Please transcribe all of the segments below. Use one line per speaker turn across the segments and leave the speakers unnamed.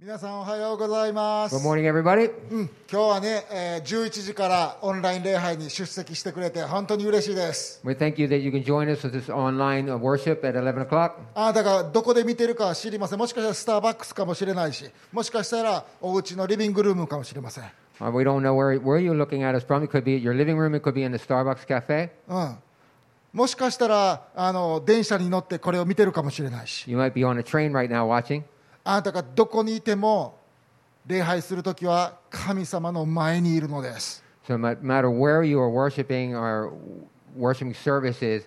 皆さんおはようございます。
Good morning, everybody.
うん、今日はね、えー11時からオンライン礼拝に出席してくれて本当に嬉しいです。
We thank you that you can join us with this online uh, worship at 11 o'clock.
あなたがどこで見てるかは知りません。もしかしたらスターバックスかもしれないし、もしかしたらお家のリビングルームかもしれません。
Uh, we don't know where, where you're looking at us from. It could be at your living room, it could be in the Starbucks cafe.
うん。もしかしたらあの電車に乗ってこれを見てるかもしれないし、
You might be on a train right now watching.
あなたがどこにいても礼拝するときは神様の前にいるのです。
So, no matter where you are worshiping or worshiping services,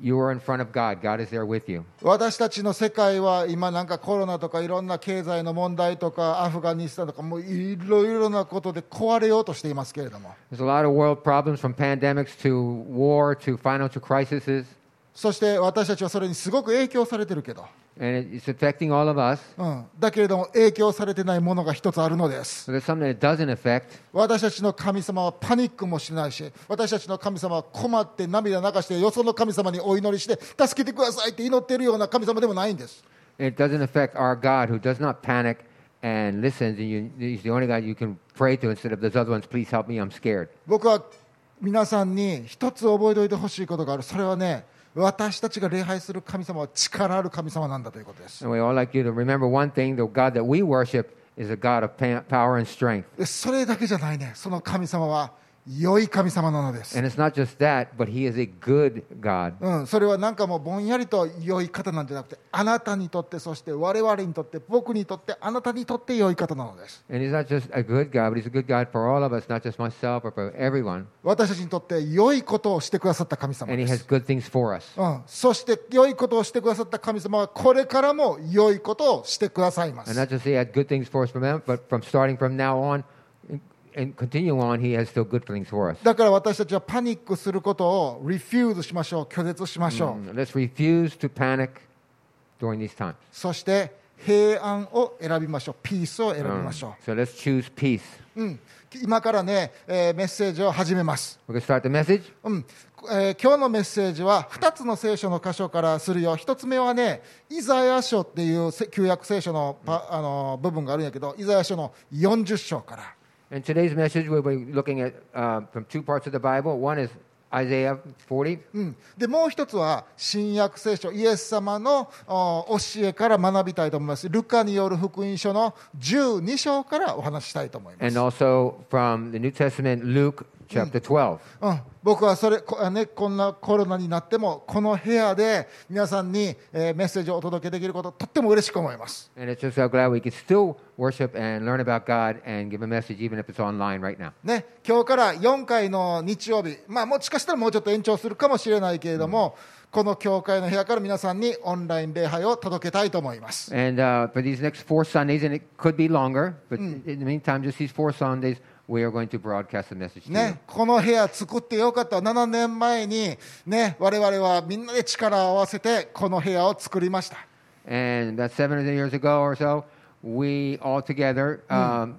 you are in front of God. God is there with you.
私たちの世界は今なんかコロナとかいろんな経済の問題とかアフガニスタンとかもういろいろなことで壊れようとしていますけれども
There's a lot of world problems from pandemics to war to financial crises,
そして私たちはそれにすごく影響されてるけど、
and it's affecting all of us.
うん、だけれども影響されてないものが一つあるのです
So, there's something that it doesn't affect.
私たちの神様はパニックもしないし私たちの神様は困って涙流してよその神様にお祈りして助けてくださいって祈っているような神様でもないんです
It doesn't affect our God who does not panic and listens. And you, he's the only God you can pray to instead of those other ones. Please help me, I'm scared.
僕は皆さんに一つ覚えておいてほしいことがあるそれはね私たちが礼拝する神様は力ある神様なんだということです
And we all like you to remember one thing the God that we worship is a God of pa- power and strength.
でそれだけじゃないねその神様は良い神様なのです、
And it's not just that, but He is a good God.
うん、それはなんかもうぼんやりと良い方なんじゃなくてあなたにとってそして我々にとって僕にとってあなたにとって良い方なのです
And He's not just a good God, but He's a good God for all of us, not just myself, but for everyone.
私たちにとって良いことをしてくださった神様
And He
で
has
す、
good things for us.
うん、そして良いことをしてくださった神様はこれからも良いことをしてくださいます
And not just He had good things for us from them, but from starting from now on and continue on, He has still good things for us.
だから私たちはパニックすることをリフューズしましょう、拒絶しましょう、
Let's refuse to panic during these times.
そして平安を選びましょう、ピースを選びましょ
Um, So let's choose peace.
う。うん今からね、えーメッセージを始めます、
We're going to start the message.
うんえー今日のメッセージは2つの聖書の箇所からするよ、1つ目はね、イザヤ書っていうせ旧約聖書のパあの部分があるんやけど、イザヤ書の40章から。
And today's message, we'll be looking at uh, from two parts of the Bible. One is Isaiah 40,
うん、でもう一つは新約聖書イエス様のお教えから学びたいと思いますルカによる福音書の12章からお話ししたいと思います、
and also from the New Testament, Luke chapter 12.
うん、僕はそれこ,あ、ね、こんなコロナになってもこの部屋で皆さんに、えーメッセージをお届けできることとっても嬉しく思います、
And it's just how glad we can still worship and learn about God and give a message, even if it's online right now.
ね、今日から4回の日曜日、まあ、もしかしたらもうちょっと延長するかもしれないけれども、この教会の部屋から皆さんにオンライン礼拝を届けたいと思います、
And uh, for these next four Sundays, and it could be longer, but in the meantime, just these four Sundays, we are going to broadcast the message to you.
ね、この部屋作ってよかった7年前に、ね、我々はみんなで力を合わせてこの部屋を作りました、
And about seven or eight years ago or so, we all together um,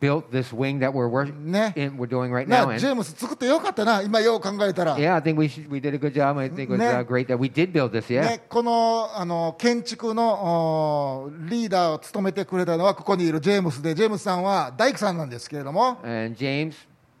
built this wing that we're wor-
Ne.
in, we're doing right
ね
now.
ジェー
And
ムス作ってよかったな今よう考えたら、
yeah, I think we should, we did a good job. I think it was
Ne.
uh, great that we did build this. Yeah.
ね、このあの建築のおーリーダーを務めてくれたのはここにいるジェームスでジェームスさんは大工さんなんですけれども、
And James,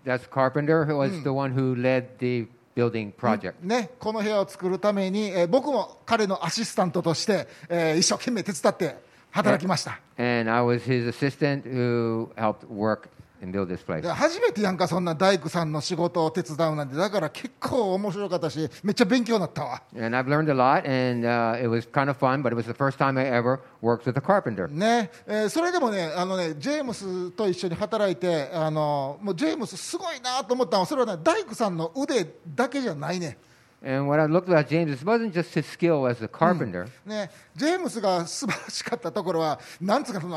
that's Carpenter, who was the one who led the building project.
ね、この部屋を作るために、えー僕も彼のアシスタントとして、えー一生懸命手伝って働きました、
And I was his assistant who helped work and build this place.
で初めてやんかそんな大工さんの仕事を手伝うなんてだから結構面白かったしめっちゃ勉強になったわ
And I've learned a lot, and uh, it was kind of fun, but it was the first time I ever worked with a carpenter.
ねえーそれでもねあのねジェームスと一緒に働いてあのもうジェームスすごいなと思ったのはそれはね大工さんの腕だけじゃないね
And what I looked at James, it wasn't just his skill as a carpenter.
ねジェームスが素晴らしかったところはなんつうかその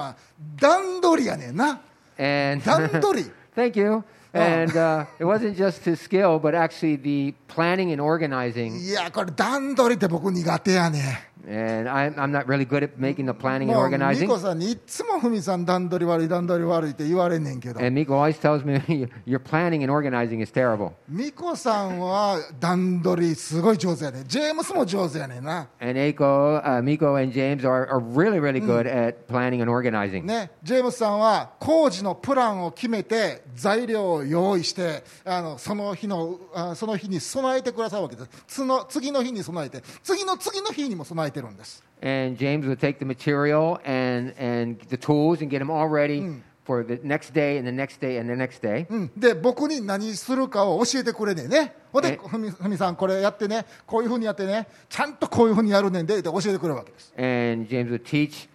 段取りやねんな
and
段取り
thank you. And uh, it wasn't just his skill, but actually the planning and organizing.
いやこれ段取りって僕苦手やね
And I, I'm not really good at making the planning and
もうミ
organizing.
コさんにいっつもふみさん段取り悪い段取り悪いって言われんねんけど
And Miko always tells me, your planning and organizing is terrible.
ミコさんは段取りすごい上手やねジェームスも上手やねんな
And Aiko, uh, Miko and James are, are really, really good at planning and organizing.
ね、ジェームスさんは工事のプランを決めて材料を用意してあのその日のあその日に備えてくださるわけですつの次の日に備えて次の次の日にも備えてるんです
And James would take the material and, and the tools and get them all ready for the next day and the next day and the next day.
うん、で僕に何するかを教えてくれねえねほんで
え
ふみふみさんこれやってねこういうふうにやってねちゃんとこういうふうにやるねんでって教えてくれるわけです
And James would teach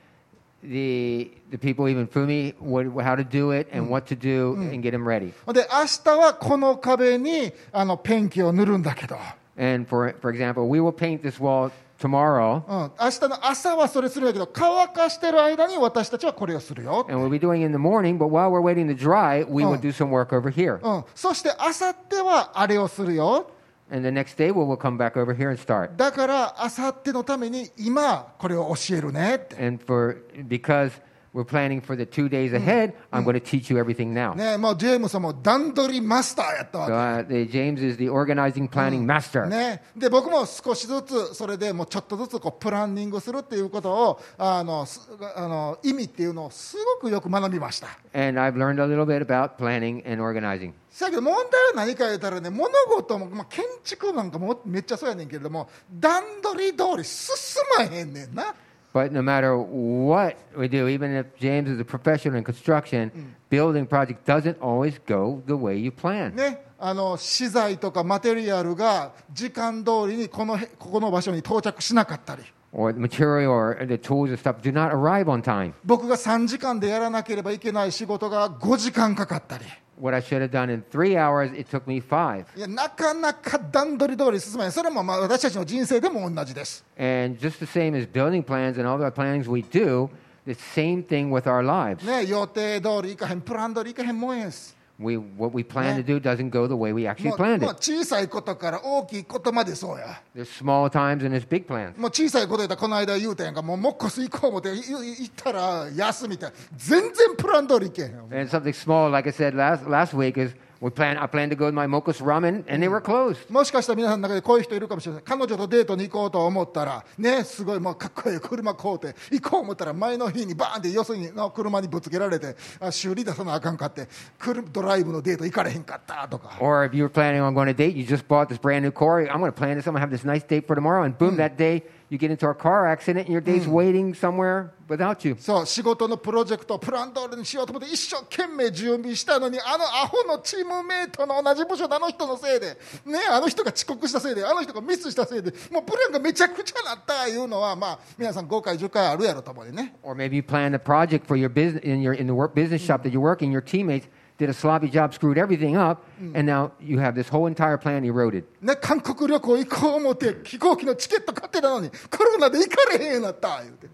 the, the people, even Fumi, what, how to do it and what to do and get them ready.
ほんで明日はこの壁にあのペンキを塗るんだけど、
And for, for example, we will paint this wall tomorrow.
うん、明日の朝はそれするんだけど乾かしてる間に私たちはこれをするよ
And we'll be doing it in the morning, but while we're waiting to dry, we
Oh.
will do some work over here.
うん、そしてあさってはあれをするよ
And the next day, we'll, we'll come back over here and start.
だからあさってのために今これを教えるねって、
And for because we're planning for the two days ahead, I'm going to teach you everything now.
ね、もうジェームスはもう段取りマスターやったわ
So
け、
uh, the, James is the organizing planning master.
ね、で僕も少しずつそれでもうちょっとずつこうプランニングするっていうことをあのすあの意味っていうのをすごくよく学びました
And I've learned a little bit about planning and organizing.
せやけど問題は何か言うたらね物事も、まあ、建築なんかもめっちゃそうやねんけれども段取り通り進まへんねんな
But no matter what we do, even if James is a professional in construction, building project doesn't always go the way you plan.
ね、あの資材とかマテリアルが時間通りにこのへここの場所に到着しなかったり
Or the material or the tools and stuff do not arrive on time.
僕が3時間でやらなければいけない仕事が5時間かかったり
What I should have done in three hours, it took me five.
いやなかなか段取り通り進まないそれもまあ私たちの人生でも同じです
And just the same as building plans and all the plans we do, the same thing with our lives.
ね、予定通りいかへんプラン通りいかへんもんやんす
We, what we plan
Yeah.
to do doesn't go the way we
も
actually
う
planned
もう
it.
小さいことから大きいことまでそうや
There's small times and there's big plans.
もう小さいことやったらこの間言うたやんかもうモッコス行こう思っていい行ったら休みたい全然プラン通りいけへん
And something small, like I said last, last week, is we plan, I planned to go to my Mokus Ramen, and they were closed.
もしかしたら皆さんの中でこういう人いるかもしれない彼女とデートに行こうと思ったらねすごいもうかっこいい車買うて行こう思ったら前の日にバーンってよそにの車にぶつけられてあ修理出さなあかんかって車ドライブのデート行かれへんかったとか
Or if you were planning on going to date, you just bought this brand new car. I'm going to plan this. I'm going to have this nice date for tomorrow. And boom, that day, you get into a car accident, and your date's waiting somewhere without you.
そう仕事のプロジェクトをプラン通りにしようと思って一生懸命準備したのにあのアホのチームメイトの同じ部署のあの人のせいでねあの人が遅刻したせいであの人がミスしたせいでもうプランがめちゃくちゃなったいうのはまあ皆さん5回10回あるやろと思うでね
Or maybe you planned a project for your business in your in the work business shop that you're working. Your teammates did a sloppy job, screwed everything up, and now you have this whole entire plan eroded.
ね、韓国旅行行こう思って飛行機のチケット買ってたのにコロナで行かれへんようになった言うて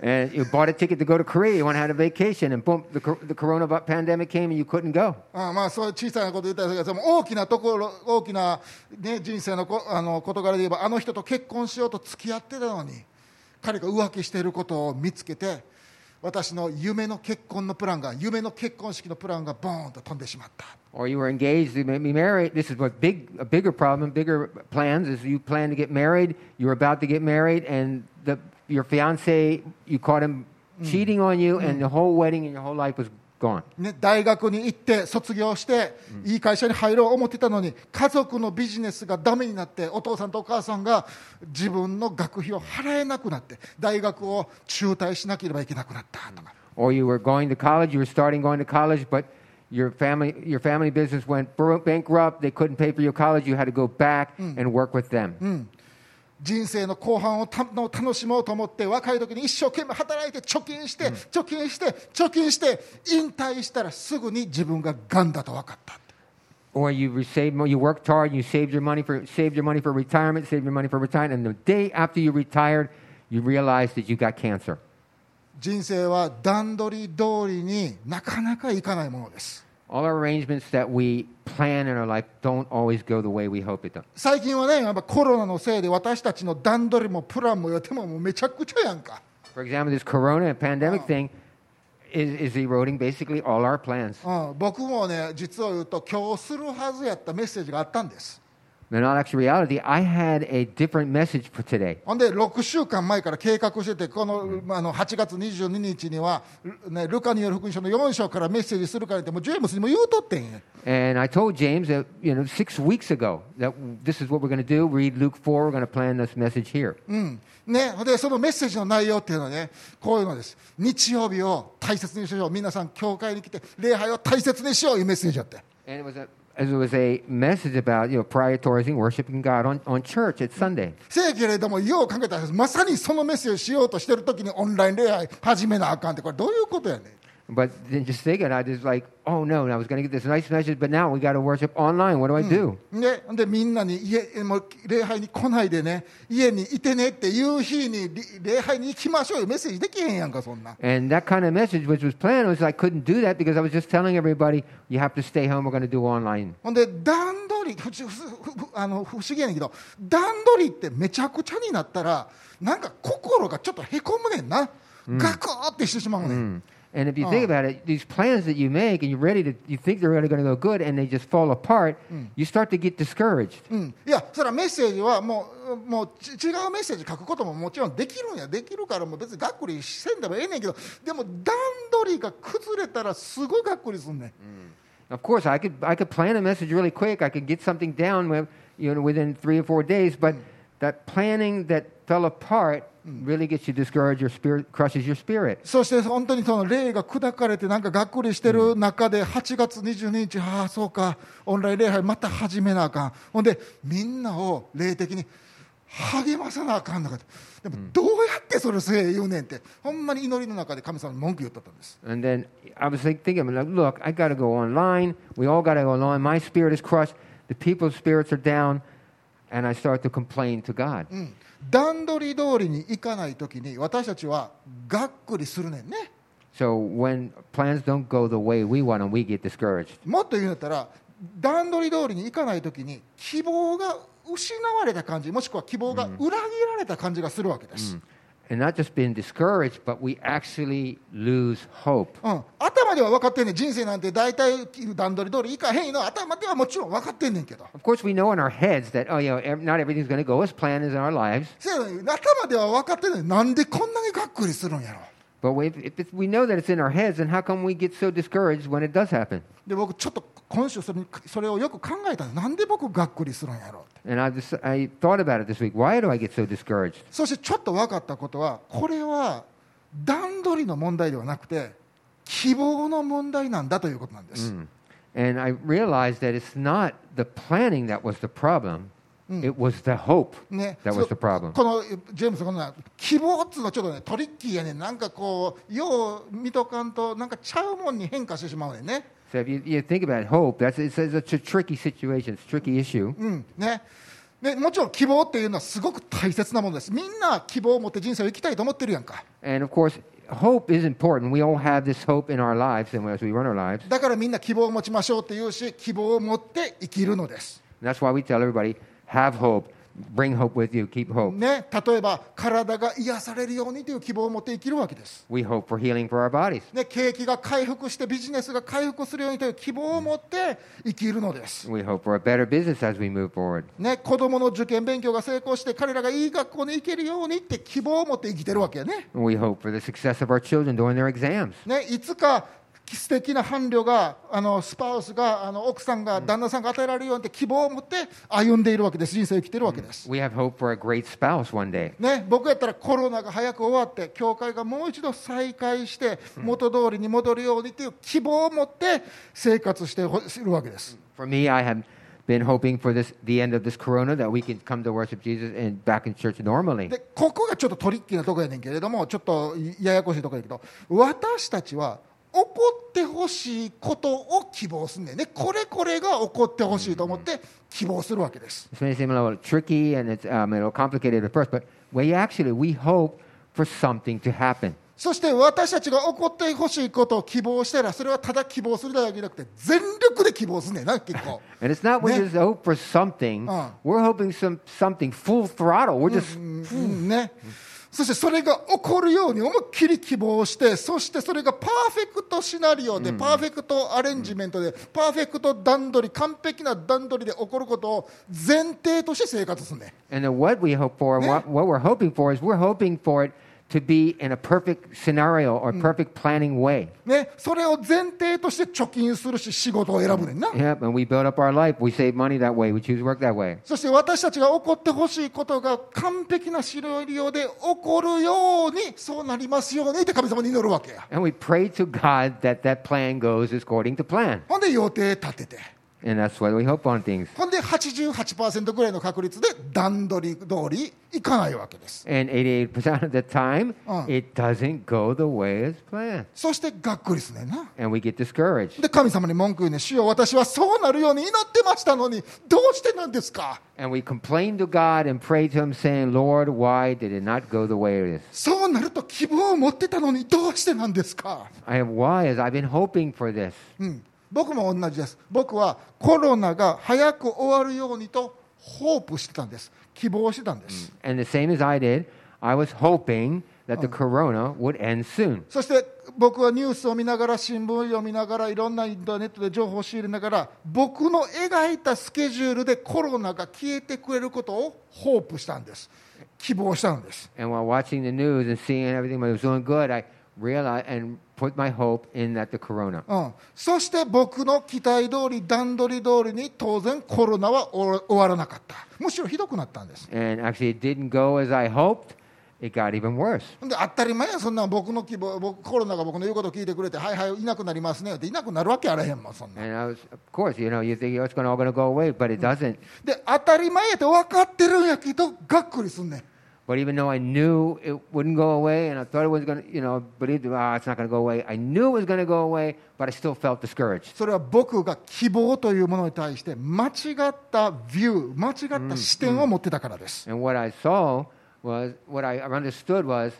And you bought a ticket to go to Korea. You went on a vacation, and boom, the cor- the corona vi- pandemic came, and you couldn't go.
ああまあそういう小さなこと言ったらそうやけどでも大きなところ大きな、ね、人生のこあの事柄で言えばあの人と結婚しようと付き合ってたのに彼が浮気していることを見つけて私の夢の結婚のプランが夢の結婚式のプランがボーンと飛んでしまった
Or you were engaged, you may be married. This is what big a bigger problem, bigger plans is you plan to get married. You were about to get married, and the your fiance you caught him cheating on you, and the whole wedding and your whole life was gone.
ね、大学に行って卒業して、いい会社に入ろう思ってたのに家族のビジネスがダメになってお父さんとお母さんが自分の学費を払えなくなって大学を中退しなければいけなくなったとか、
or you were going to college, you were starting going to college, but your family, your family business went bro- bankrupt. They couldn't pay for your college. You had to go back and work with them.
人生の後半をたの楽しもうと思って若い時に一生懸命働いて貯金して、貯金して貯金して引退したらすぐに自分ががんだと分かった。
Or you re- saved, mo- you worked hard, you saved your money for saved your money for retirement, saved your money for retirement, and the day after you retired, you realized that you got cancer.
人生は段取り通りになかなかいかないものです。
all our arrangements that we plan in our life don't always go the way we hope it does.
最近はねやっぱコロナのせいで私たちの段取りもプランも予定ももうめちゃくちゃやんか、
For example, this corona and pandemic thing is, is eroding basically all our plans.
うん、僕もね実を言うと今日するはずやったメッセージがあったんです
In all actual reality, I had a different message for today.
ほんで6週間前から計画しててこの,、まああの8月22日には、ルね、ルカによる福音書の4章からメッセージするからってもうジェームスにも言うとってんや
And I told James that, you know, six weeks ago that this is what we're going to do. Read Luke 4. We're going to plan this message here.
うんね、ほんでそのメッセージの内容っていうのはねこういうのです日曜日を大切にしよう皆さん教会に来て礼拝を大切にしよういうメッセージやって
And it was a, as it was a message about, you know, prioritizing, worshiping God on, on church at Sunday.
せやけれどもよう考えたらまさにそのメッセージをしようとしてる時にオンライン礼拝始めなあかんってこれどういうことやねん
But then just thinking, I just like, oh no, and I was going to get this nice message, but now we got to worship online. What do I do?
ででみんなに家もう礼拝に来ないでね家にいてねっていう日にり礼拝に行きましょうよメッセージできへんやんかそんな
And that kind of message, which was planned, was I couldn't do that because I was just telling everybody, you have to stay home. We're going to do online.
ほんで段取りふちふふあの不思議やねんけど段取りってめちゃくちゃになったらなんか心がちょっとへこむねんな、ガクーってしてしまうねん、
And if you think about it, these plans that you make and you're ready to, you think they're really going to go good, and they just fall apart. You start to get discouraged.
うん、いや、それはメッセージはもうもうち違うメッセージ書くことももちろんできるんや、できるから、もう別にがっくりせんでもええねんけど、でも段取りが崩れたら、すごいがっくりすんねん。
Of course, I could I could plan a message really quick. I could get something down, with, you know, within three or four days. But that planning that fell apart really gets you discouraged. Your spirit crushes your spirit.
そして本当にその霊が砕かれて、なんかがっくりしてる中で、8月22日、ああ、そうか、オンライン礼拝、また始めなあかん、ほんで、みんなを霊的に励まさなあかんのかって、でもどうやってそれせえ言うねんって、ほんまに祈りの中で神様に文句言ったったんです。
And then I was like thinking, like, look, I got to go online. We all got to go online. My spirit is crushed. The people's spirits are down, and I start to complain to God.
うん段取り通りに行かないときに私たちはがっくりするねんね
So when plans don't go the way we want them, we get discouraged.
もっと言うんだったら段取り通りに行かないときに希望が失われた感じもしくは希望が裏切られた感じがするわけです、うん
And not just being discouraged, but we actually lose hope.
頭では分かってんねん人生なんて大体段取り通り行かへんのは頭ではもちろん分かってんねんけど
Of course, we know in our heads that, oh, you know, ev- not everything's going to go as planned is in our lives.
せやのに頭では分かってんねんなんでこんなにがっくりするんやろ
But we, if it's, we know that it's in our heads, then how come we get so discouraged when it does happen?
で僕ちょっと今週それにそれをよく考えたんですなんで僕がっくりするんやろって
And I, just, I thought about it this week. Why do I get so discouraged?
そしてちょっと分かったことは、これは段取りの問題ではなくて、希望の問題なんだということなんです。
And I realized that it's not the planning that was the problem, it was the hope
ね、
that
そ
was the problem.
このジェームスこのな希望っつうのはちょっとねトリッキーやねんなんかこうよう見とかんとなんかちゃうもんに変化してしまうねんね,、
So if you, you think about hope, that's, it's, it's such a tricky situation, it's a tricky issue.
うん、ねでもちろん希望っていうのはすごく大切なものですみんな希望を持って人生を生きたいと思ってるやんか
And of course, hope is important. We all have this hope in our lives and as we run our lives.
だからみんな希望を持ちましょうって言うし希望を持って生きるのです
And that's why we tell everybody have hope, bring hope with you, keep hope.
ね、例えば体が癒されるようにという希望を持って生きるわけです、
We hope for healing for our bodies.
ね、景気が回復してビジネスが回復するようにという希望を持って生きるのです、
We hope for a better business as we move forward.
ね、子どもの受験勉強が成功して彼らがいい学校に行けるようにって希望を持って生きてるわけやね
And we hope for the success of our children during their exams.
ねいつか素敵な伴侶があのスパウスがあの奥さんが旦那さんが与えられるようにって希望を持って歩んでいるわけです人生を生きてるわけです、
We have hope for a great spouse one day.
ね、僕やったらコロナが早く終わって、教会がもう一度再開して、元通りに戻るようにという希望を持って生活してほするわけです。
For me, I have been hoping for this the end of this corona that we can come to worship Jesus and back in church normally.
で、ここがちょっとトリッキーなとこやねんけれども、ちょっとややこしいとこやけど、私たちは起こってほしいことを希望すんねんね、これこれが起こってほしいと思って希望するわけです。
This may seem a little tricky and it's um, a little complicated at first, but we actually we hope for something to happen.
そして私たちが起こってほしいことを希望したらそれはただ希望するだけじゃなくて全力で希望すんねんな結構
And it's not we
Ne-
just hope for something.
Uh.
We're hoping some something full throttle. We're just
うんねそしてそれが起こるように思いっきり希望してそしてそれがパーフェクトシナリオでパーフェクトアレンジメントでパーフェクト段取り完璧な段取りで起こることを前提として生活すんねん
and then what we hope for, and
Ne-
what, what we're hoping for is we're hoping for it to be in a perfect scenario or
Mm.
perfect planning way.
ね、それを前提として貯金するし仕事を選ぶねんな、
Yep, and we build up our life. We save money that way. We choose work that way.
そして私たちが起こってほしいことが完璧なシナリオで起こるようにそうなりますようにって神様に祈るわけや
And we pray to God that that plan goes according to plan.
ほんで予定立てて
And that's what we hope on things.
ほんで88%ぐらいの確率で段取り通りいかないわけです
And 88% of the time,
Uh.
it doesn't go the way it's planned.
そしてがっくりすねんな
And we get discouraged.
で神様に文句言うね主よ私はそうなるように祈ってましたのにどうしてなんですか
And we complain to God and pray to Him, saying, Lord, why did it not go the way it is?
そうなると希望を持ってたのにどうしてなんですか
I have why is I've been hoping for this.
うん、僕も同じです僕はコロナが早く終わるようにとホープしてたんです希望してたんです、
And the same as I did, I was hoping that the corona would end soon.
そして僕はニュースを見ながら新聞を読みながらいろんなインターネットで情報を仕入れながら僕の描いたスケジュールでコロナが消えてくれることをホープしたんです希望したんです
And while watching the news and seeing everything was doing good, I realized and put my hope in that the corona.
うん、そして僕の期待通り段取り通りに当然コロナは終わ終わらなかったむしろひどくなったんです
And actually, it didn't go as I hoped. It got even worse.
ほんで当たり前やそんなん僕の希望僕コロナが僕の言うこと聞いてくれてはいはいいなくなりますねっていなくなるわけあらへんもんそんなん
And I was, of course, you know, you think oh, it's going all going to go away, but it doesn't.
で当たり前やって分かってるんやけどがっくりすんねん
But even though I knew it wouldn't go away, and I thought it was going to, you know, believed ah, it's not going to go away. I knew it was going to go away, but I still felt discouraged.
それは僕が希望というものに対して間違ったビュー間違った視点を持ってたからです、
And what I saw was, what I understood was,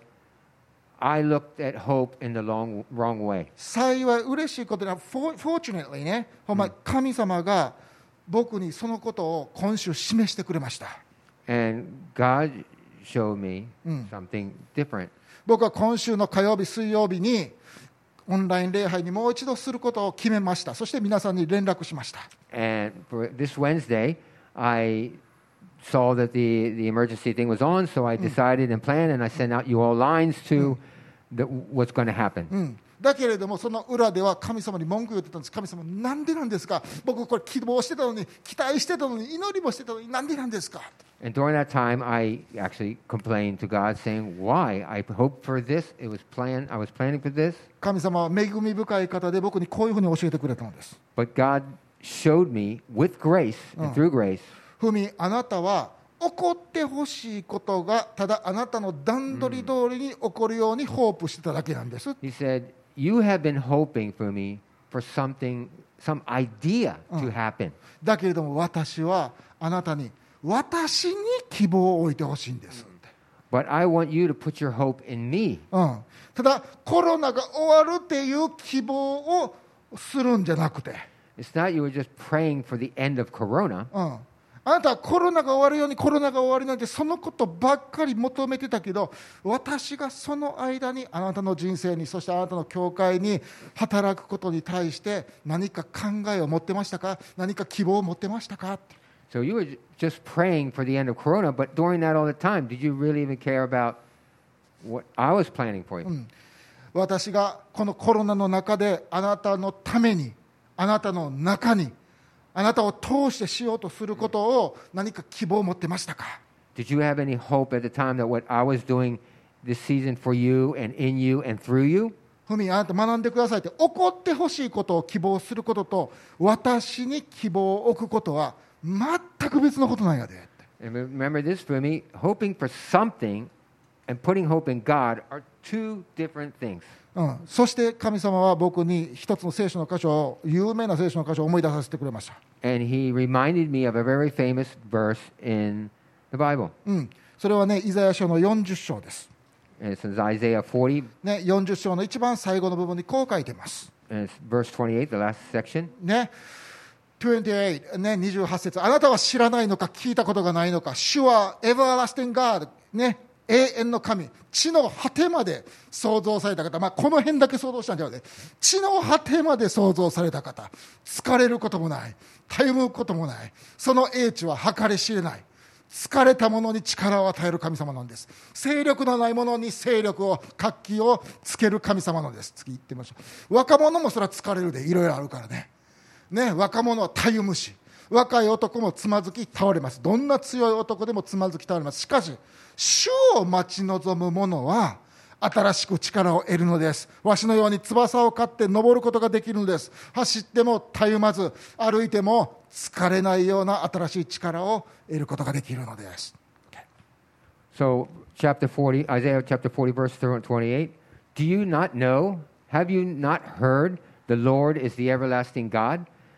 I looked at hope in the long, wrong way.
幸い嬉しいことには for- fortunately ねほんま神様が僕にそのことを今週示してくれました
And God showed me something different.
僕は今週の火曜日、水曜日にオンライン礼拝にもう一度することを決めました、そして皆さんに連絡しました。
And for this Wednesday, I saw that the, the emergency thing was on, so I decided and planned, and I sent out you all lines to the, what's going to happen.
うんだけれども、その裏では神様に文句言ってたんです、神様、なんでなんですか、僕、これ、希望してたのに、期待してたのに、祈りもしてたのに、なんでなんですか、
And during that time, I actually complained to God, saying, "Why? I hoped for this. It was planned. I was planning for this,
神様は恵み深い方で、僕にこういうふうに教えてくれたのです。
but God showed me with grace and through grace."
ふみ、あなたは起こってほしいことが、ただあなたの段取り通りに起こるようにホープしてただけなんです。
He said, "You have been hoping for me for something, some idea to happen,
だけれども私はあなたに私に希望を置いてほしいんですって、
but I want you to put your hope in me."
うん、ただコロナが終わるっていう希望をするんじゃなくて、
It's not you were just praying for the end of Corona.
うん、あなたはコロナが終わるようにコロナが終わるなんてそのことばっかり求めてたけど私がその間にあなたの人生にそしてあなたの教会に働くことに対して何か考えを持ってましたか何か希望を持ってましたかって
So you were ju- just praying for the end of Corona, but during that all the time, did you really even care about what I was planning for you?
私がこのコロナの中であなたのためにあなたの中にあなたを通してしようとすることを何か希望を持ってましたか
Did you have any hope at the time that what I was doing this season for you and in you and through you?
ふみあなた学んでくださいって怒ってほしいことを希望することと私に希望を置くことは全く別のことなんやでって
And remember this for me hoping for something and putting hope in God are two different things.
うん、そして神様は僕に一つの聖書の箇所を有名な聖書の箇所を思い出させてくれました
And he reminded me of a very famous verse in the Bible.
うん、それはね、イザヤ書の40章です。
And it's in Isaiah 40,
ね、40章の一番最後の部分にこう書いてます。
and it's verse 28, the last section.
ね28ね、28節あなたは知らないのか聞いたことがないのか主はエバーラスティンガード、ね、永遠の神地の果てまで創造された方、まあ、この辺だけ想像したんじゃなくて地の果てまで創造された方疲れることもないたゆむこともないその英知は計り知れない疲れた者に力を与える神様なんです勢力のない者に勢力を活気をつける神様なんです次言ってみましょう若者もそれは疲れるでいろいろあるからねね、若者はたゆむし若い男もつまずき倒れますどんな強い男でもつまずき倒れますしかし主を待ち望む者は新しく力を得るのですわしのように翼を買って登ることができるのです走ってもたゆまず歩いても疲れないような新しい力を得ることができるのです
So, chapter 40, Isaiah chapter 40, verse 28. Do you not know? Have you not heard? The Lord is the everlasting God,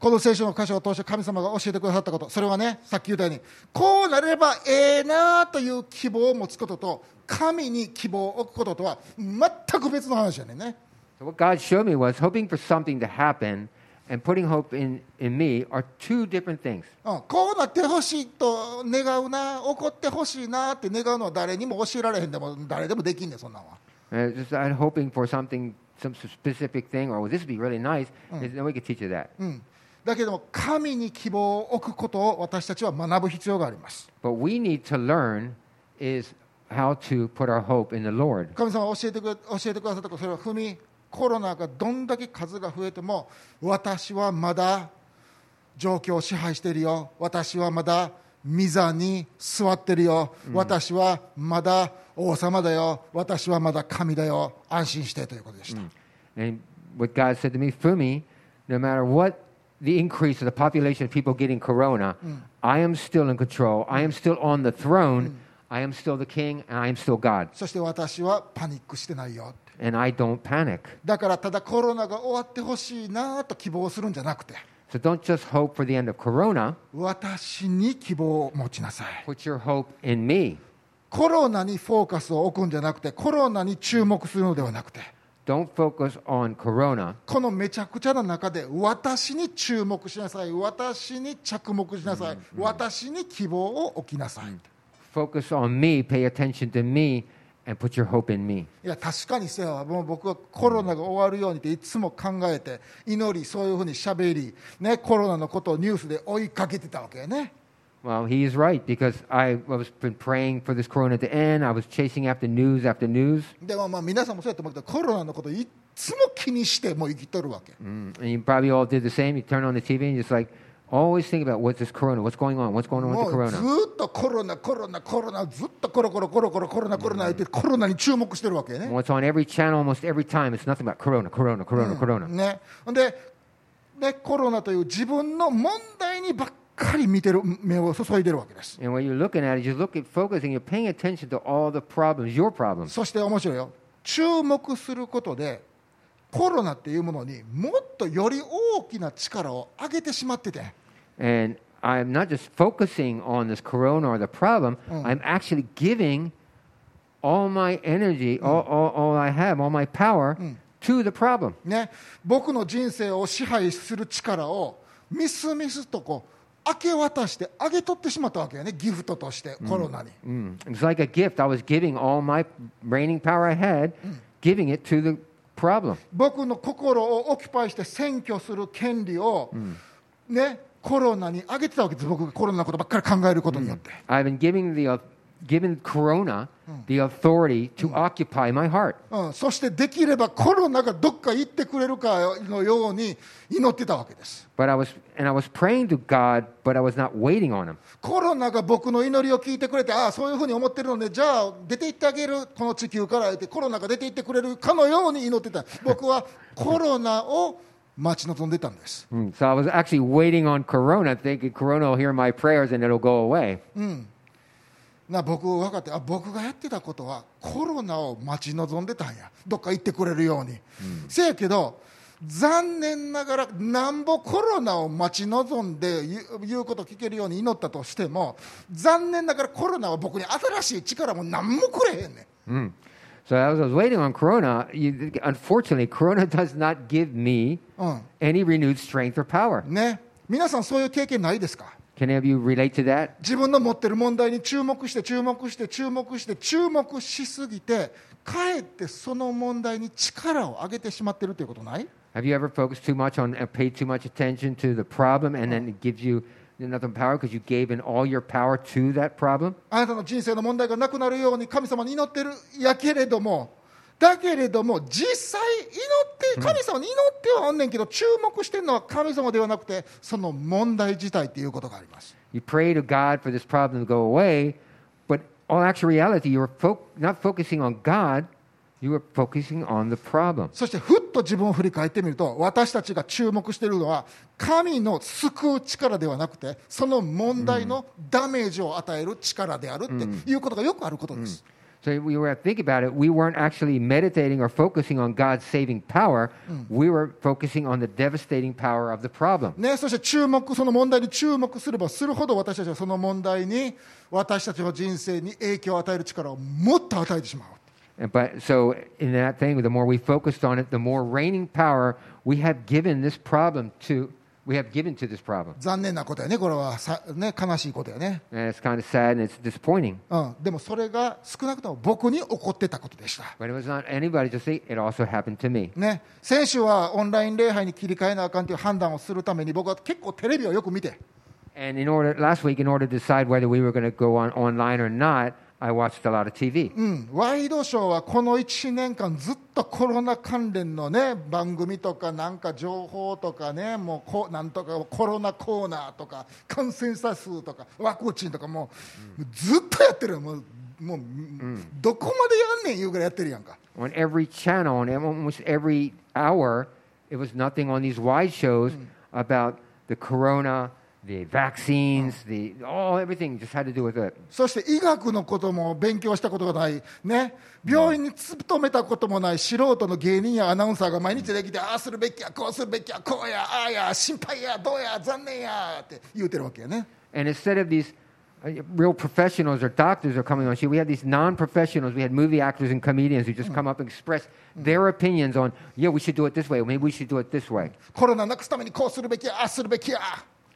この聖書の箇所を通して神様が教えてくださったことそれはねさっき言ったようにこうなればええなという希望を持つことと神に希望を置くこととは全く別の話やねんね
So, what God showed me was hoping for something to happen and putting hope in, in me are two different things.
うん、こうなってほしいと願うな怒ってほしいなって願うのは誰にも教えられへんでも誰でもできんねんそんなんは
Uh, just, I'm hoping for something, some specific thing, or well, this would be really nice. and Then we could teach you that.
うんだけども神に希望を置くことを私たちは学ぶ必要があります
What we need to learn is how to put our hope in the Lord.
神様が教えてくれ教えてくださったことそれは踏みコロナがどんだけ数が増えても私はまだ状況を支配してるよ私はまだ御座に座ってるよ、私はまだ王様だよ私はまだ神だよ安心してということでした、
And what God said to me, Fumi, no matter what the increase of the population of people getting corona, I am still in control. I am still on the throne. I am still the king, and I am still God.
そして私はパニックしてないよ
And I don't panic.
だからただコロナが終わってほしいなと希望するんじゃなくて
So don't just hope for the end of corona,
私に希望を持ちなさい
put your hope in me.
コロナにフォーカスを置くんじゃなくてコロナに注目するのではなくて
Don't focus on corona.
このめちゃくちゃな中で私に注目しなさい私に着目しなさい、私に希望を置きなさい、い
Focus on me, pay attention to me, and put your hope in me.
や確かにせやわもう僕はコロナが終わるようにっていつも考えて祈りそういうふうにしゃべり、ね、コロナのことをニュースで追いかけてたわけやね
Well, he is right because I was been praying for this corona to end. I was chasing after news after news,
でもまあ皆さんもそうやと思うけどコロナのこといっつも気にしてもう生きとるわけ、
Mm, and you probably all did the same. You turn on the TV and you're just like, always think about what's this corona, what's going on, what's going on
も
with
うず
the corona.
ーっとコロナコロナコロナずっとコロコロコロコロコロナコロナ言ってコロナに注目してるわけやね、
And what's on every channel almost every time? It's nothing about corona, corona, corona, corona.
ね、ほんで、ね、コロナという自分の問題にばっかり見てる目を注いでるわけです
And what you're looking at is you're looking, focusing, you're paying attention to all the problems, your problems.
そして面白いよ注目することでコロナっていうものにもっとより大きな力を上げてしまってて
And I'm not just focusing on this corona or the problem, I'm actually giving all my energy, all, all, all I have, all my power to the problem.
ね、僕の人生を支配する力をミスミスとこう明け渡してあげ取ってしまったわけよねギフトとしてコロナに、
Mm. It's like a gift. I was giving all my reigning power I had, giving it to the problem.
僕の心をオキュパイして占拠する権利を、ね、コロナにあげてたわけです、僕がコロナのことばっかり考えることによって。
I've been giving the uh, given Corona the authority to occupy my heart.
うん、そしてできればコロナがどっか行ってくれるかのように祈ってたわけです
But I was, and I was praying to God, but I was not waiting on Him.
コロナが僕の祈りを聞いてくれてああそういうふうに思ってるのでじゃあ出て行ってあげるこの地球からってコロナが出て行ってくれるかのように祈ってた僕はコロナを待ち望んでたんです、
Mm, So I was actually waiting on Corona, thinking Corona will hear my prayers and it'll go away.
な僕分かってあ僕がやってたことはコロナを待ち望んでたんやどっか行ってくれるように、せやけど残念ながらなんぼコロナを待ち望んで言う言うこと聞けるように祈ったとしても残念ながらコロナは僕に新しい力も何もくれへんねん
Mm. So as I was waiting on Corona, you, unfortunately, Corona does not give me
Mm.
any renewed strength or power.
ね、皆さんそういう経験ないですか
Can any of you relate to that?
自分の持ってる問題に注目して注目して注目して注目しすぎてかえってその問題に力を上げてしまってるということない
Have you ever focused too much on, uh, paid too much attention to the problem, and then it gives you nothing power because you gave in all your power to that problem?
あなたの人生の問題がなくなるように神様に祈ってるやけれどもだけれども実際祈って神様に祈ってはおんねんけど注目してるのは神様ではなくてその問題自体っていうことがあります
You pray to God for this problem to go away, but all actual reality, you were fo- not focusing on God, you were focusing on the problem.
そしてふっと自分を振り返ってみると私たちが注目しているのは神の救う力ではなくてその問題のダメージを与える力であるっていうことがよくあることです、
So we were thinking about it. We weren't actually meditating or focusing on God's saving power. We were focusing on the devastating power of the problem.
ね、そして注目その問題に注目すればするほど私たちはその問題に私たちの人生に影響を与える力をもっと与えてしまう
And but so in that thing, the more we focused on it, the more reigning power we have given this problem to. We have given to this problem,
残念なことやねこれはさ、ね、悲しいことやね、
and it's kind of sad and it's disappointing.
うん、でもそれが少なくとも僕に起こってたことでした
But it was not anybody to see. It also happened to me.
ね、選手はオンライン礼拝に切り替えなあかんという判断をするために僕は結構テレビをよく見て
And in order last week, in order to decide whether we were going to go on online or not, I watched a lot of TV.
うん、ワイドショーはこの1年間ずっとコロナ関連の、ね、番組とかなんか情報とかねもうこなんとかコロナコーナーとか感染者数とかワクチンとかもうずっとやってるよもうもう、どこまでやんねん言うぐらいやってるやんか
On every channel, on almost every hour, it was nothing on these wide shows about the corona, the vaccines, the all everything just had to do with it.
そして医学のことも勉強したことがない、ね、病院に勤めたこともない素人の芸人やアナウンサーが毎日できて、ああするべきや、こうするべきや、こうや、ああや、心配や、どうや、残念やって言うてるわけやね。
And instead of these uh, real professionals or doctors are coming on show, we had these non-professionals. We had movie actors and comedians who just come up and express their opinions on, yeah, we should do it this way. Maybe we should do it this way.
コロナなくすためにこうするべきや、ああするべきや。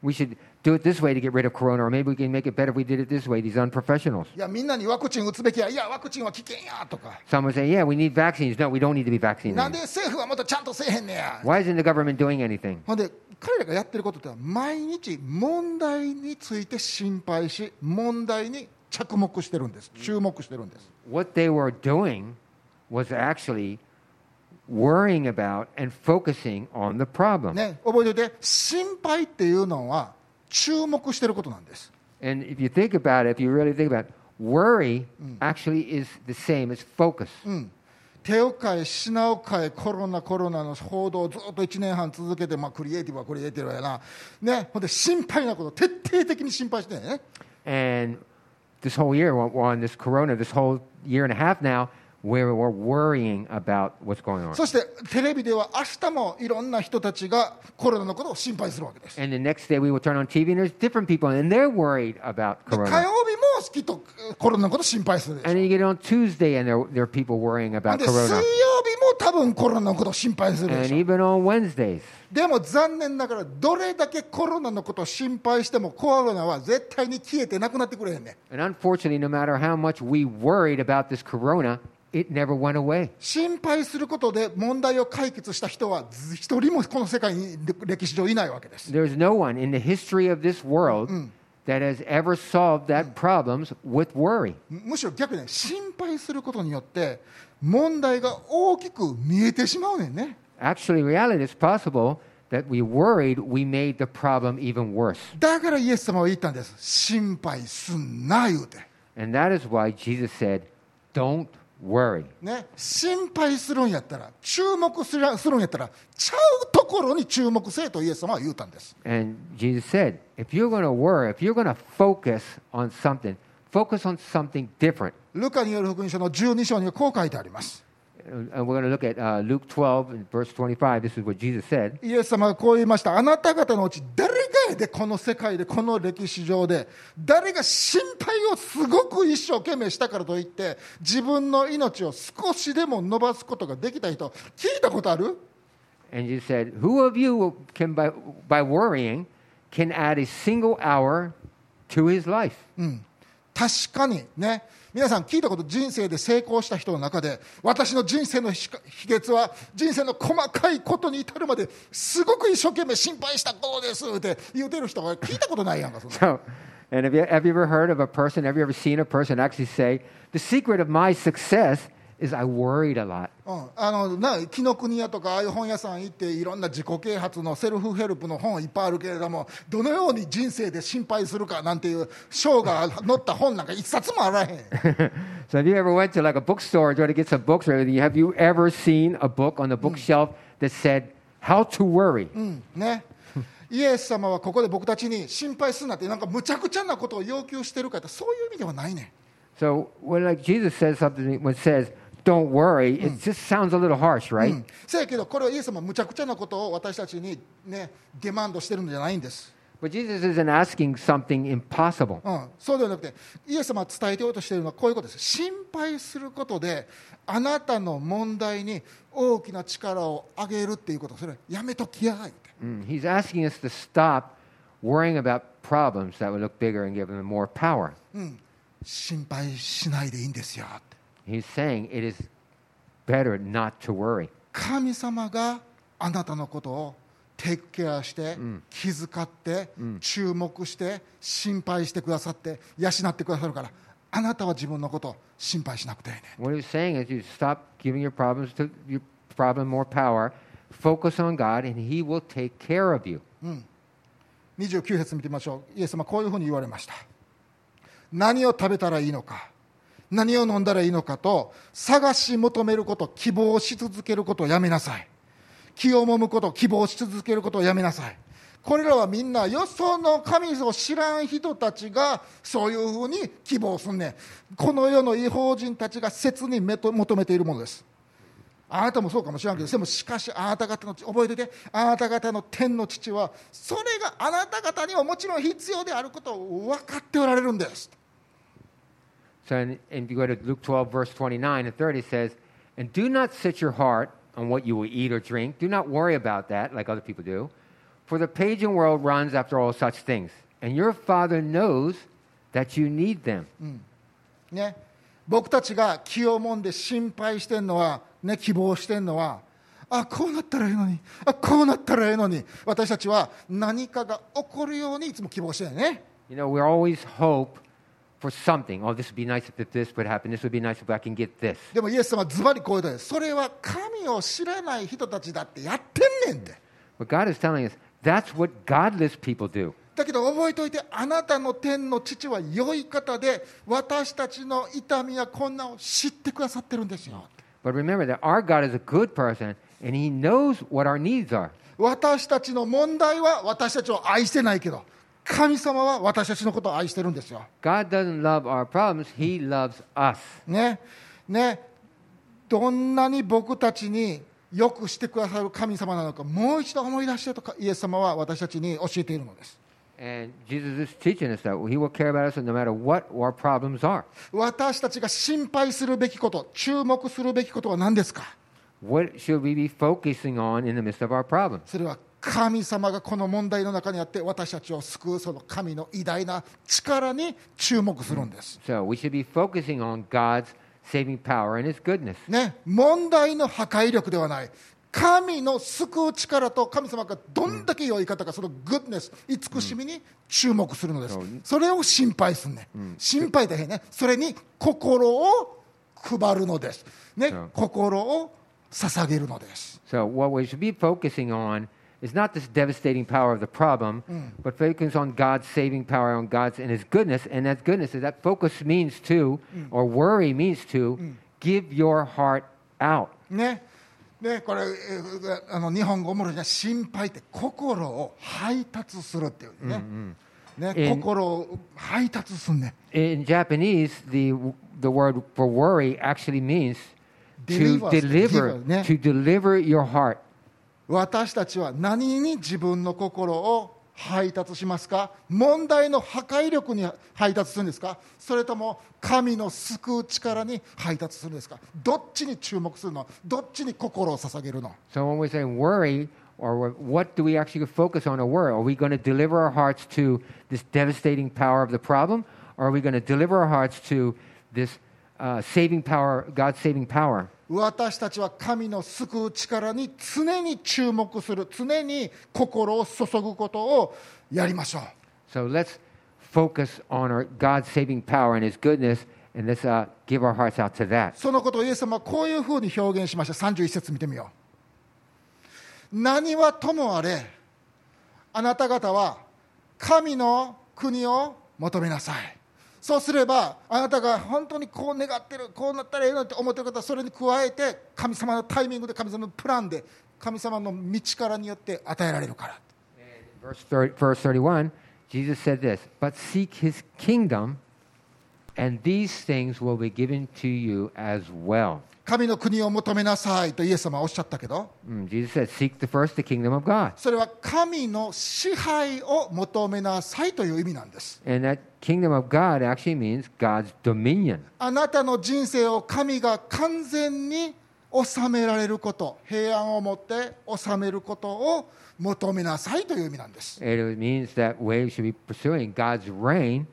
We should do it this way to get rid of corona, or maybe we can make it better if we did it this way. These unprofessionals.
いや、みんなにワクチン打つべきや、いや、ワクチンは危険やとか、
Some would say, yeah, we need vaccines. No, we don't need to be
なんで
vaccinated.
政府はもっとちゃんとせえへんねや。
Why isn't the government doing anything?
ほんで彼らがやってることってのは毎日問題について心配し問題に着目してるんです注目してるんです、
What they were doing was actually worrying about and focusing on the problem.
ね、覚えておいて心配っていうのは注目してることなんです
And if you think about it, if you really think about it, worry actually is the same as focus.
手を変え品を変えコロナコロナの報道をずっと1年半続けて、まあ、クリエイティブはクリエイティブやな、ね、ほんで心配なこと徹底的に心配してね
And this whole year, on- on this corona, this whole year and a half now, we're, we're worrying about what's going on.
そしてテレビでは明日もいろんな人たちがコロナのことを心配するわけですで
And the next day, we will turn on TV, and there's different people, and they're worried about
火曜
corona.
日もきっとコロナのことを心配するでしょ
And then you get on Tuesday, and there, there are people worrying
ほん
about
で水曜日も
corona.
多分コロナのことを心配するでしょ
And even on Wednesdays.
でも残念ながら、どれだけコロナのことを心配しても、コロナは絶対に消えてなくなってくれへんねん。
And unfortunately, no matter how much we worried about this corona, it never went away.
心配することで問題を解決した人は、ず一人もこの世界に歴史上いないわけです。
There's no one in the history of this world that has ever solved that problems with worry.
むしろ逆にね心配することによって問題が大きく見えてしまうねんね
Actually, in reality, it's possible that we worried we made the problem even worse.
だからイエス様は言ったんです心配すんな言うて、
And that is why Jesus said, Don't worry.
ね、心配するんやったら注目するするんやったらちゃうところに注目せえとイエス様は言うたんです
And Jesus said, If you're going to worry, if you're going to focus on something, focus on something different.
ルカによる福音書の12章にはこう書いてあります
And we're going to look at uh, Luke 12 and verse 25. This is what Jesus said.
イエス様がこう言いましたあなた方のうち誰がやでこの世界でこの歴史上で誰が心配をすごく一生懸命したからといって自分の命を少しでも伸ばすことができた人聞いたことある
And Jesus said, Who of you will- can, by, by worrying, can add a single hour to his life?
確かにね皆さん聞いたこと人生で成功した人の中で私の人生のひか秘訣は人生の細かいことに至るまですごく一生懸命心配したことですって言うてる人が聞いたことないやんかそんな
So, and have you, have you ever heard of a person, have you ever seen a person actually say, The secret of my success is I worried a lot?
うん、あのな紀ノ国屋とかああいう本屋さん行っていろんな自己啓発のセルフヘルプの本いっぱいあるけれどもどのように人生で心配するかなんていう章が載った本なんか一冊もあらへん
So have you ever went to like a bookstore and tried to get some books or anything? Have you ever seen a book on the bookshelf that said "How to Worry"?
ねイエス様はここで僕たちに心配するなってなんかむちゃくちゃなことを要求してるかってそういう意味ではないね
So when like Jesus says something, when it says "Don't worry," it just sounds a little harsh,
ん、
right?
うん、せやけどこれはイエス様はむちゃくちゃなことを私たちにねデマンドしてるんじゃないんです
But Jesus isn't asking something impossible.
うん、そうではなくて、イエス様は伝えておうとしているのはこういうことです。心配することで、あなたの問題に大きな力を上げるっていうこと、それやめときや、言うて
Mm. He's asking us to stop worrying about problems that would look bigger and give them more power.
うん、心配しないでいいんですよって。
He's saying it is better not to worry.
神様があなたのことをテイクケアして、気遣って、注目して、心配してくださって、養ってくださるから、あなたは自分のことを心配しなくていいね。
What he was saying is you stop giving your problems to your problem more power, focus on God, and he will take care of you.
29節見てみましょうイエス様こういうふうに言われました何を食べたらいいのか何を飲んだらいいのかと探し求めること希望し続けることをやめなさい気を揉むこと希望し続けることをやめなさいこれらはみんなよその神を知らん人たちがそういうふうに希望すんねんこの世の違法人たちが切にめと求めているものですあなたもそうかもしれんけど、でもしかしあなた方の覚えてて、あなた方の天の父は、それがあなた方にももちろん必要であることを分かっておられるんです。
So, in, and you go to Luke 12, verse 29 and 30, it says, And do not set your heart on what you will eat or drink. Do not worry about that, like other people do. For the pagan world runs after all such things, and your Father knows that you need them.
ね、僕たちが気をもんで心配してるのは、ね、希望してるのは、あこうなったらいいのに、あこうなったらいいのに、私たちは何かが起こるようにいつも希望してるよね。
You know, we always hope for something. Oh, this would be nice if this would happen. This would be nice if I can get this.
でもイエス様はズバリこう言ったんですそれは神を知らない人たちだってやってんねんって。
But God is telling us that's what godless people do.
だけど覚えておいてあなたの天の父は良い方で私たちの痛みや困難を知ってくださってるんですよ
But remember that our God is a good person and He knows what our needs are.
私たちの問題は私たちを愛してないけど神様は私たちのことを愛してるんですよ
God doesn't love our problems, He loves us.
ねねどんなに僕たちによくしてくださる神様なのかもう一度思い出してとかイエス様は私たちに教えているのです
And Jesus is teaching us that He will care about us no matter what our problems are.
私たちが心配するべきこと注目するべきことは何ですか
What should we be focusing on in the midst of our problems?
それは神様がこの問題の中にあって私たちを救うその神の偉大な力に注目するんです、
So we should be focusing on God's saving power and His goodness.
ね、問題の破壊力ではない神の救う力と神様がどんだけ良い方か、そのグッドネス、慈しみに注目するのです、
そう
それを心配すんね、心配だけね、それに心を配るのです、ね
そう、
心を捧げるのです。
So what we should be focusing on is not this devastating power of the problem, but focus on God's saving power, on God's and His goodness. And that goodness is that focus means to, or worry means to, give your heart out.
ねでこれえーあの日本語もろじゃ心配って心を配達するっていうね,、ね
えー
心を配達すんね
In Japanese, the the word for worry actually means
Deliver,
to deliver,
deliver, ね
to deliver your heart.
私たちは何に自分の心を配達しますか問題の破壊力に配達するんですかそれとも神の救う力に配達するんですかどっちに注目するのどっちに心を捧げるの
So when we say worry, or wha- what do we actually focus on or worry? Are we going to deliver our hearts to this devastating power of the problem, or are we going to deliver our hearts to this uh, saving power, God's saving power?
私たちは神の救う力に常に注目する常に心を注ぐことをやりましょう
So let's focus on our God's saving power and His goodness, and let's uh, give our hearts out to that.
そのことをイエス様はこういうふうに表現しました31節見てみよう何はともあれあなた方は神の国を求めなさいそうすればあなたが本当にこう願ってるこうなったらいいのって思ってる方はそれに加えて神様のタイミングで神様のプランで神様の道からによって与えられるから。
Verse, 30, verse 31, Jesus said this, But seek his kingdom, and these things will be given to you as well.
神の国を求めなさいとイエス様はおっしゃったけど
Mm, Jesus said, Seek the first the kingdom of God.
それは神の支配を求めなさいという意味なんです
And that kingdom of God actually means God's dominion.
あなたの人生を神が完全に治められること平安を持って治めることを求めなさいという意味なんです
It means that we should be pursuing God's reign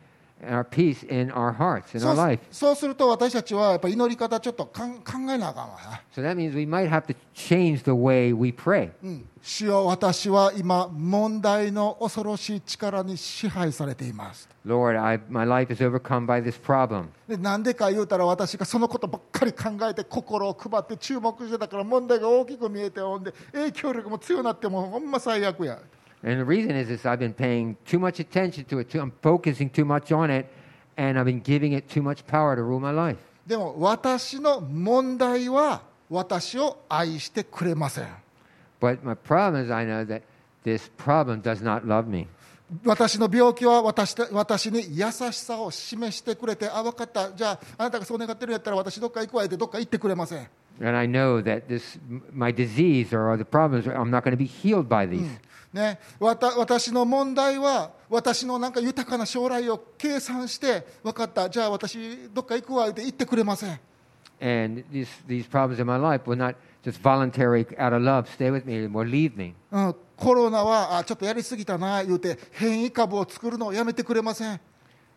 and our peace in our hearts, in
そ
our
う
life.
そうすると私たちはやっぱ祈り方ちょっとかん考えなあかんわな
So that means we might have to change the way we pray.
うん主よ私は今問題の恐ろしい力に支配されています
Lord, I, my life is overcome by this problem.
でなんでか言うたら私がそのことばっかり考えて心を配って注目してたから問題が大きく見えてほんで影響力も強なってもうほんま最悪や
And the reason is this I've been paying too much attention to it, too, I'm focusing too much on it, and I've been giving it too much power to rule my life.
でも私の問題は私を愛してくれません
But my problem is I know that this problem does not love me.
私の病気は私と私に優しさを示してくれてあ分かったじゃああなたがそう願ってるんやったら私どっか行くわ言ってどっか行ってくれません
And I know that this, my disease or the problems, I'm not going to be healed by these.
Hmm. ね、わた私の問題は私のなんか豊かな将来を計算して分かったじゃあ私どっか行くわ言って行ってくれません
And these, these problems in my life will not just voluntary out of love stay with me or leave me.
うん、コロナはあちょっとやりすぎたな言うて変異株を作るのをやめてくれません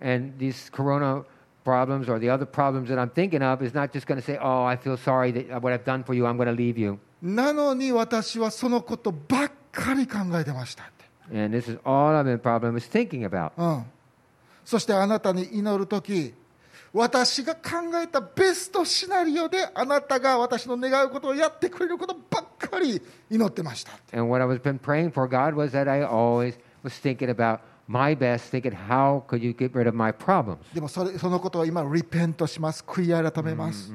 And these corona problems or the other problems that I'm thinking of is not just going to say, oh, I feel sorry that what I've done for you, I'm going to leave you.
なのに私はそのことばっかり考えてましたって、
And this is all I've been problem is thinking about.
うん、そしてあなたに祈る時私が考えたベストシナリオであなたが私の願うことをやってくれることばっかり祈ってましたって
And what I was been praying for God was that I always was thinking about my best, thinking, how could you get rid of my problems?
でもそれそのことは今リペントします悔い改めます、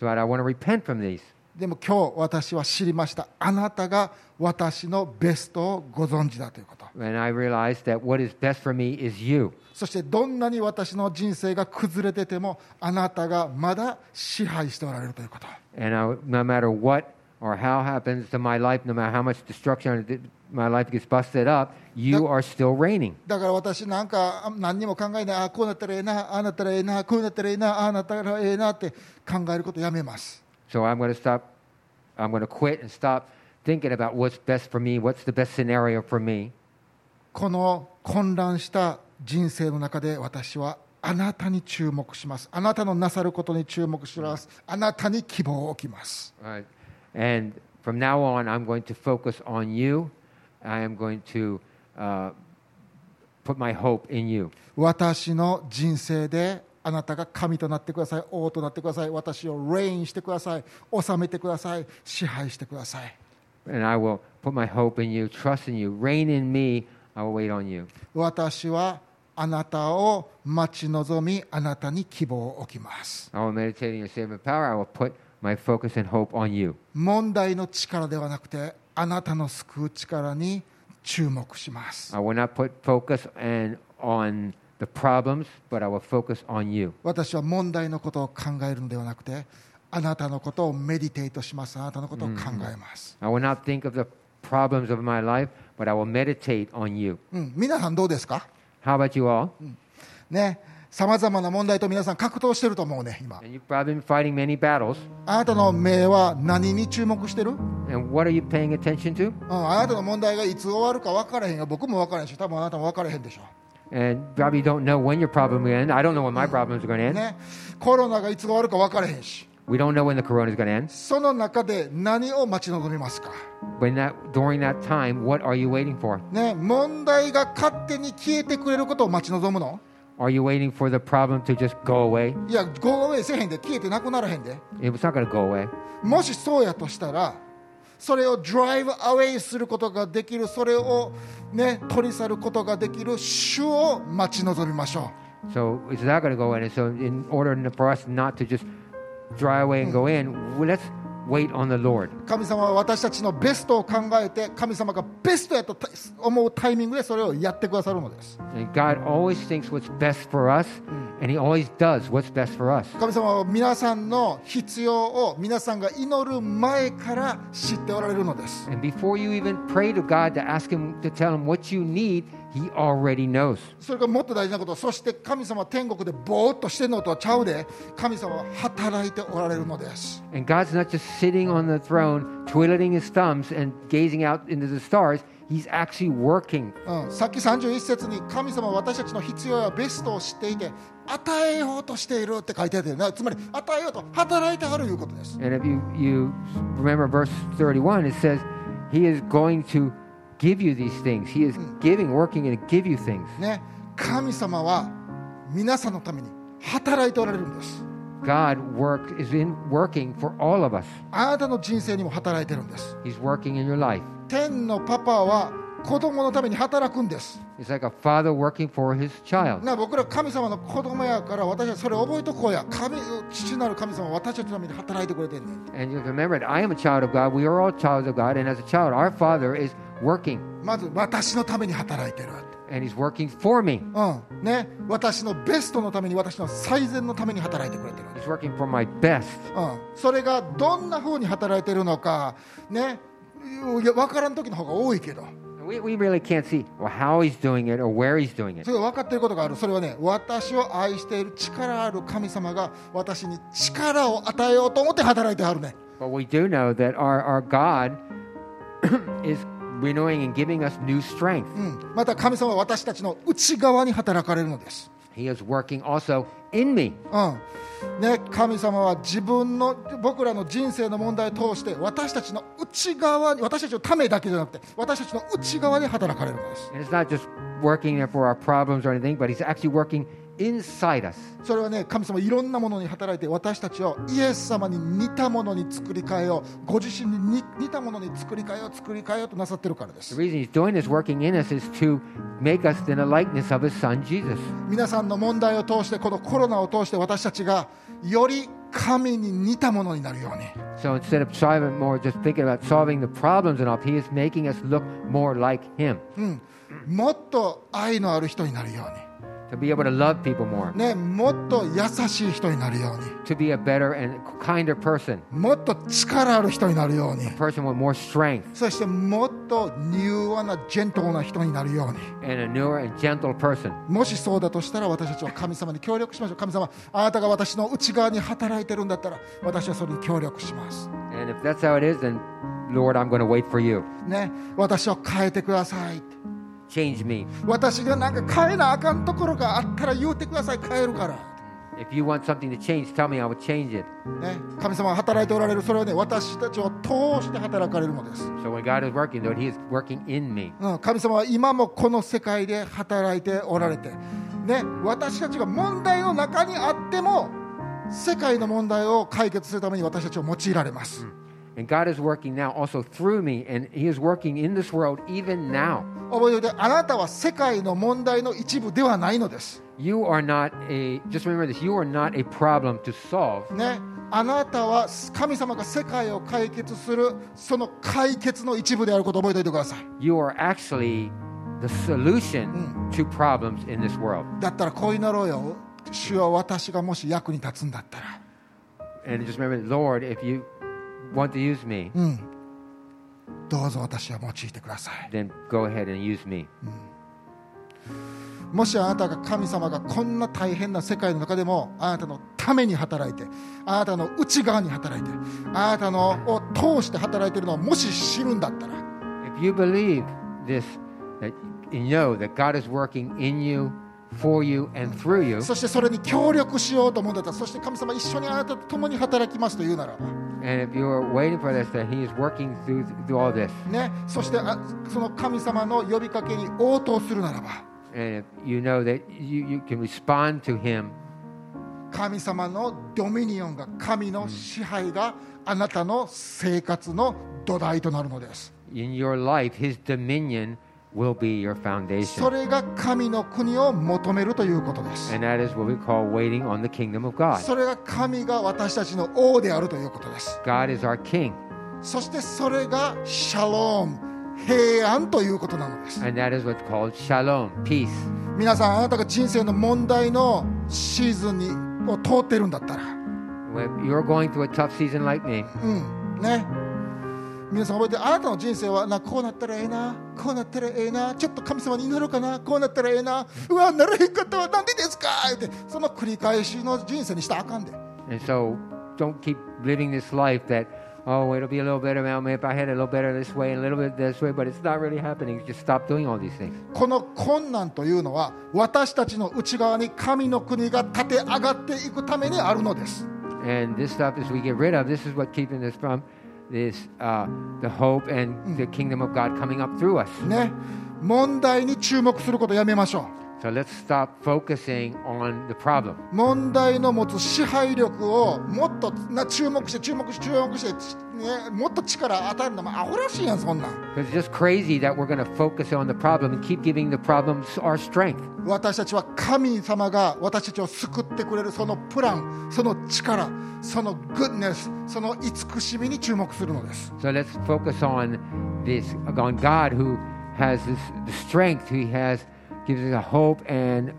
So I want to repent from these.
でも今日私は知りましたあなたが私のベストをご存知だということ
And I realized that what is best for me is you.
そしてどんなに私の人生が崩れててもあなたがまだ支配しておられるということ
And I, no matter what or how happens to my life, no matter how much destruction or th- my life gets busted up, you
That-
are still reigning.
だから私なんかあ何にも考えないああこうなったらええなああなったらええなこうなったらええなああなったらええなって考えることやめます
So I'm going to stop. I'm going to quit and stop thinking about what's best for me, what's the best scenario for me.
この混乱した人生の中で私はあなたに注目しますあなたのなさることに注目しますあなたに希望を置きます
All right. And From now on, I'm going to focus on you. I am going to uh, put my hope in you.
私の人生であなたが神となってください王となってください私をレインしてください治めてください支配してください
And I will put my hope in you, trust in you, reign in me. I will wait on you.
私はあなたを待ち望みあなたに希望を置きます
I will meditate on your saving power. I will put my focus and hope on you.
問題の力ではなくてあなたの救う力に注目します
I will not put focus and on the problems, but I will focus on you.
私は問題のことを考えるのではなくてあなたのことをメディテイトしますあなたのことを考えます、
I will not think of the problems of my life, but I will meditate on you.
うん、皆さんどうですか
How about you all?
ねさまざまな問題と皆さん格闘してると思うね今
And you've probably been fighting many battles.
あなたの目は何に注目してる、うん、
And what are you paying attention to?
あなたの問題がいつ終わるか分からへんが僕も分からへんし多分あなたも分からへんでしょ
And probably don't know when your problem will end. I don't know when my problems are going to end.
ね、コロナがいつ終わるか分からへんし
We don't know when the corona is going to end.
その中で何を待ち望みますか、
But in that, during that time, what are you waiting for?
ね、問題が勝手に消えてくれることを待ち望むの
Are you waiting for the problem to just go away?
いやゴーウェイせえへんで消えてなくならへんで
It was not going to go away.
もしそうやとしたらそれをドライブアウェイすることができるそれを、ね、取り去ることができる主を待ち望みましょ
So it's not going to go in. And so, in order for us not to just dry away and go in, well, let's wait on the Lord.
う神様は私たちのベストを考えて神様がベストやとた思うタイミングでそれをやってくださるのです
And God always thinks what's best for us, and He always does what's best for us.
神様は皆さんの必要を皆さんが祈る前から知っておられるのです
And before you even pray to God to ask Him to tell Him what you need, He already knows.
それがもっと大事なことそして神様は天国でぼーっとしてるのとはちゃうで神様は働いておられるのです
And God's not just sitting on the throne, twiddling His thumbs and gazing out into the stars. He's actually working.
うん、さっき31節に神様は私たちの必要やベストを知っていて与えようとしているって書いてあるよねつまり与えようと働いてはるいうことです
And if you, you remember verse 31, it says, He is going to give you these things. He is giving, working, and give you things.
ね神様は皆さんのために働いておられるんです
God work, is in working for all of us.
あなたの人生にも働いてるんです
He's working in your life.
天のパパは子供のために働くんです
It's like a father working for his child.
な僕ら神様の子供やから私はそれ覚えとこうや神父なる神様は私たちのために働いてくれてんねん
And you remember it. I am a child of God. We are all children of God. And as a child, our father is working,
まず私のために働いてる
and he's working for me.
うんね、私のベストのために私の最善のために働いてくれてる、
He's working for my best.
うん、それがどんな風に働いてるのか、ね、いや分からん時の方が多いけど
We, we really can't see well, how he's doing it or where he's doing it.
それが分かっていることがあるそれはね私を愛している力ある神様が私に力を与えようと思って働いてはるね
But we do know that our, our God is renewing and giving us new strength.
うんまた神様は私たちの内側に働かれるのです、
He is working also in me.
うんね、神様は自分の僕らの人生の問題を通して私たちの内側に私たちのためだけじゃなくて私たちの内側で働かれるのです。
And it's not just working for our problems or anything, but he's actually working inside us.
それはね神様いろんなものに働いて私たちをイエス様に似たものに作り変えようご自身に似似たものに作り変えよう作り変えようとなさってるからで
The
す
reason he's doing this, working in us, is to make us in the likeness of his son Jesus.
皆さんの問題を通してこのコロナを通して私たちがより神に似たものになるように
So instead of solving more, just thinking about solving the problems and all, he is making us look more like him
もっと愛のある人になるよう
to be able to love people more,
に、ね、もっと優しい人になるように
to be a better and kinder person,
もっと力ある人になるように
a person with more strength.
そしてもっと柔和なジェントルな人になるように
and a newer and gentle person.
もしそうだとしたら私たちは神様に協力しましょう神様あなたが私の内側に働いてるんだったら私はそれに協力します、
And if that's how it is, then Lord, I'm going to wait for you.
ね、私を変えてください
Change me.
私がなんか変えなあかんところがあったら言うてください変えるから
If you want something to change, tell me, I will change it.
ね、神様が働いておられるそれはね私たちを通して働かれるのです、
So when God is working, though, He is working in me.
うん、神様は今もこの世界で働いておられて、ね、私たちが問題の中にあっても世界の問題を解決するために私たちを用いられます、
And God is working now also through me, and He is working in this world even now.
覚えておいてあなたは世界の問題の一部ではないのです、
You are not a, just remember this, you are not a problem to solve.
ね、あなたは神様が世界を解決するその解決の一部であることを覚えておいてください
You are actually the solution to problems in this world.
だったらこう祈ろうよ主は私がもし役に立つんだったら
And just remember, Lord, if you want to use me,
うん、どうぞ私は用いてください
then go ahead and use me.
もしあなたが神様がこんな大変な世界の中でもあなたのために働いてあなたの内側に働いてあなたのを通して働いているのをもし知るんだったら
If you believe this, that you know that God is working in you, for you, and through you,
そしてそれに協力しようと思うんだったらそして神様一緒にあなたと共に働きますというならば、
and if you are waiting for this, that He is working through, through all this,
ね、そしてあその神様の呼びかけに応答するならば
and if you know that you, you can respond to Him,
神様のドミニオンが神の支配があなたの生活の土台となるのです。
in your life, His dominion will be your
そ
foundation.
れが神の国を求めるということです。
And that is what we call waiting on the kingdom of God.
それが神が私たちの王であるということです。
God is our King,
そしてそれがシャローム、平安ということなのです。
and that is what's called shalom, peace.
皆さん、あなたが人生の問題のシーズンにを通ってるんだったら、
When you're going through a tough season like me,
うん、ね。皆さん覚えて、あなたの人生はなこうなったらええな、こうなったらええな、ちょっと神様に祈ろうかな、こうなったらええな、うわ、ならへんかったわ、なんでですかって、その繰り返しの人生にしたらあかんで。
And so don't keep living this life that, oh, it'll be a little better, man. If I had it a little better this way and a little bit this way, but it's not really happening. Just stop doing all these things.
この困難というのは私たちの内側に神の国が立て上がっていくためにあるのです、
And this stuff is we get rid of. This is what keeping us from this uh, the hope and the kingdom of God coming up through us.
ね、問題に注目することやめましょ
So let's stop focusing on the problem.
う問題の持つ支配力をもっとな注目して注目して注目して、ね、もっと力与えるのもアホらしいやんそんなん
Because it's just crazy that we're going to focus on the problem and keep giving the problems our strength.
私たちは神様が私たちを救ってくれるそのプランその力そのグッドネスその慈しみに注目するのです
So let's focus on this, on God who has this the strength, who has gives us a hope and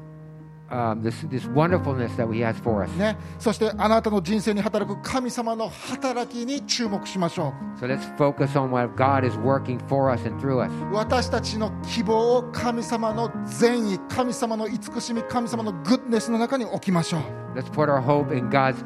um, this this wonderfulness that He has for us.
ね、そしてあなたの人生に働く神様の働きに注目しましょ
So let's focus on what God is working for us and through us.
う私たちの希望を神様の善意神様の慈しみ神様のグッドネスの中に置きましょ
Let's put our hope in God's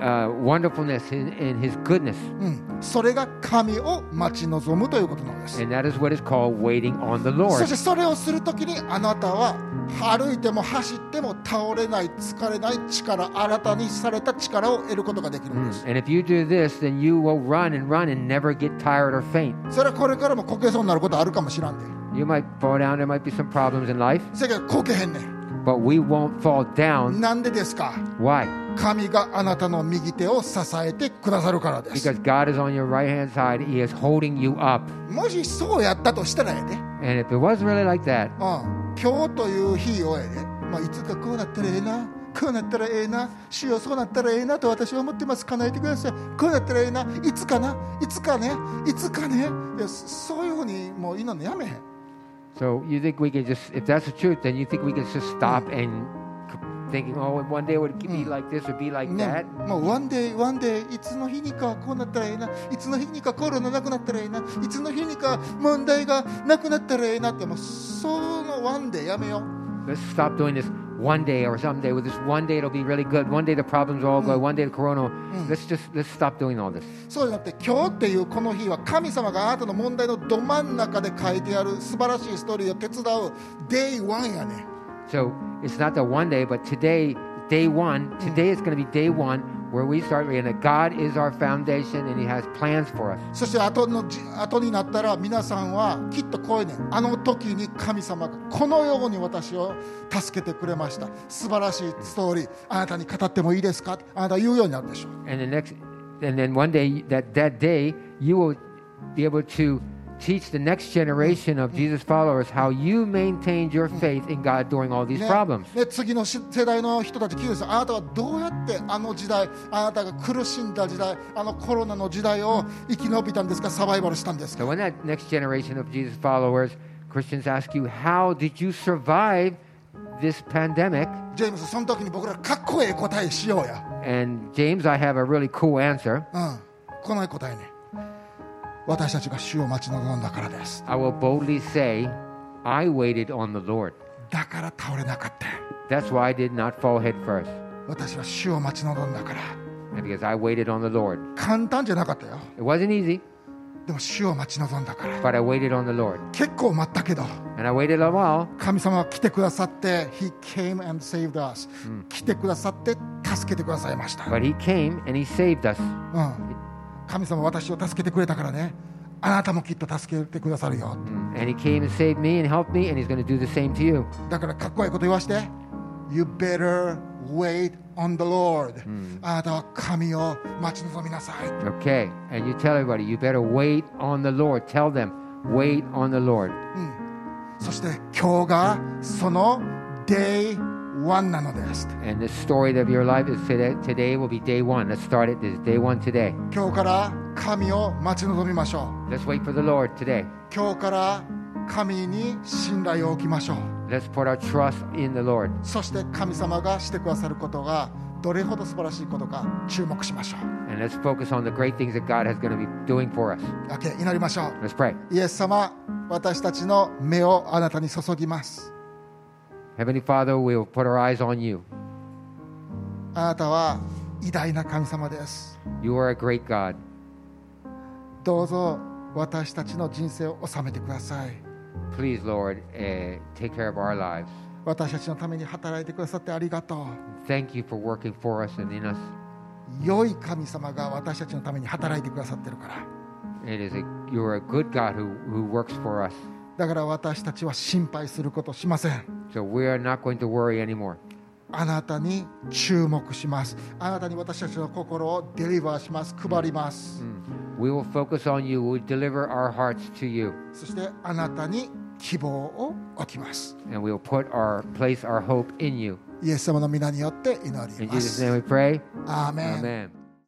uh, wonderfulness in, in His goodness,
う、うん、それが神を待ち望むということなのです
and that is what is called waiting on the
そ
Lord.
してそれをするときにあなたは歩いても走っても倒れない疲れない力新たにされた力を得ることができるんです、
And if you do this, then you will run and run and never get tired or faint.
それはこれからもこけそうになることあるかもしらんで
You might fall down. There might be some problems in life,
せやけどこけへんねん
but we won't fall down.
なんでですか
Why?
神があなたの右手を支えてくださるからです
Because God is on your right hand side, He is holding you up.
もしそうやったとしたらやで、うん、
And if it was really like that,
今日という日をやで、まあ、いつかこうなったらええなこうなったらええな主よそうなったらええなと私は思ってます叶えてくださいこうなったらええないつかないつかねいつかねいやそそういうふうにもう祈るのやめへん
so you think we could just, if that's the truth, then you think we could just stop and c- thinking, oh, one day it would be like this or be like
ね
that.
もうワンデーワンデーいつの日にかこうなったらええないつの日にかコロナなくなったらええないつの日にか問題がなくなったらええなってもうそのワンデーやめよう
Let's stop doing this one day or someday. With this one day, it'll be really good. One day, the problems will all go. One day, the corona. Let's just, let's stop doing all this.
そうじゃなくて今日っていうこの日は神様があなたの問題のど真ん中で書いてある素晴らしいストーリーを手伝うデイワンやね
So it's not the one day, but today, day one. Today is going to be day one where we start reading that God is our foundation and He has plans for us.
そして後のじ後になったら皆さんはきっとこういうねあの時に神様がこのように私を助けてくれました素晴らしいストーリーあなたに語ってもいいですかあなた言うようになるでしょう
And the next, and then one day that that day you will be able to teach the next generation of Jesus followers how you maintained your faith in God during all these
ね
problems.
ね次のし世代の人たち聞いてくださいあなたはどうやってあの時代あなたが苦しんだ時代あのコロナの時代を生き延びたんですかサバイバルしたんですか
So when that next generation of Jesus followers, Christians ask you, how did you survive this pandemic?
ジェームスその時に僕らかっこええ答えしようや、
And James, I have a really cool answer.
うん、この答えね私たちが主を待ち望んだからです
I will boldly say, I waited on the Lord.
だから倒れなかった
That's why I did not fall head first,
私は主を待ち望んだから
and because I waited on the Lord.
簡単じゃなかったよ
It wasn't easy,
でも主を待ち望んだから
but I waited on the Lord.
結構待ったけど
And I waited a while,
神様は来てくださって He came and saved us、来てくださって助けてくださいました、
but He came and He saved us.
うん、神様は私を助けてくれたからねあなたもきっと助けてくださるよ、
And He came and saved me and helped me, and He's going to do the same to you.
だからかっこいいこと言わして You better wait on the Lord、あなたは神を待ち望みなさい
Okay. And you tell everybody, you better wait on the Lord. Tell them, wait on the Lord.
そして今日がその Day 1なのです
And this story of your life is today. Today will be day one. Let's start it. This is day one today.
今日から神を待ち望みましょ
Let's wait for the Lord today.
う今日から神に信頼を置きましょう
Let's put our trust in the Lord.
そして神様がしてくださることがどれほど素晴らしいことか注目しましょう
And let's focus on the great things that God is going to be doing for us.
OK 祈りましょ
Let's pray.
うイエス様私たちの目をあなたに注ぎます
Heavenly Father, we will put our eyes on you.
あなたは偉大な神様です
You are a great God.
どうぞ私たちの人生を収めてください
Please, Lord, eh, take care of our lives.
私たちのために働いてくださってありがと
Thank you for working for us and in us.
う良い神様が私たちのために働いてくださってるから
It is a, you are a good God who, who works for us.
だから私たちは心配することしません
So we are not going to worry anymore.
あなたに注目しますあなたに私たちの心をデリバーします配ります、
We will focus on you. We'll deliver our hearts to you.
そしてあなたに希望を置きます
And we will put our place, our hope in you.
イエス様の皆によって祈り
In
ま
Jesus'
す
name we pray.
アーメン
Amen.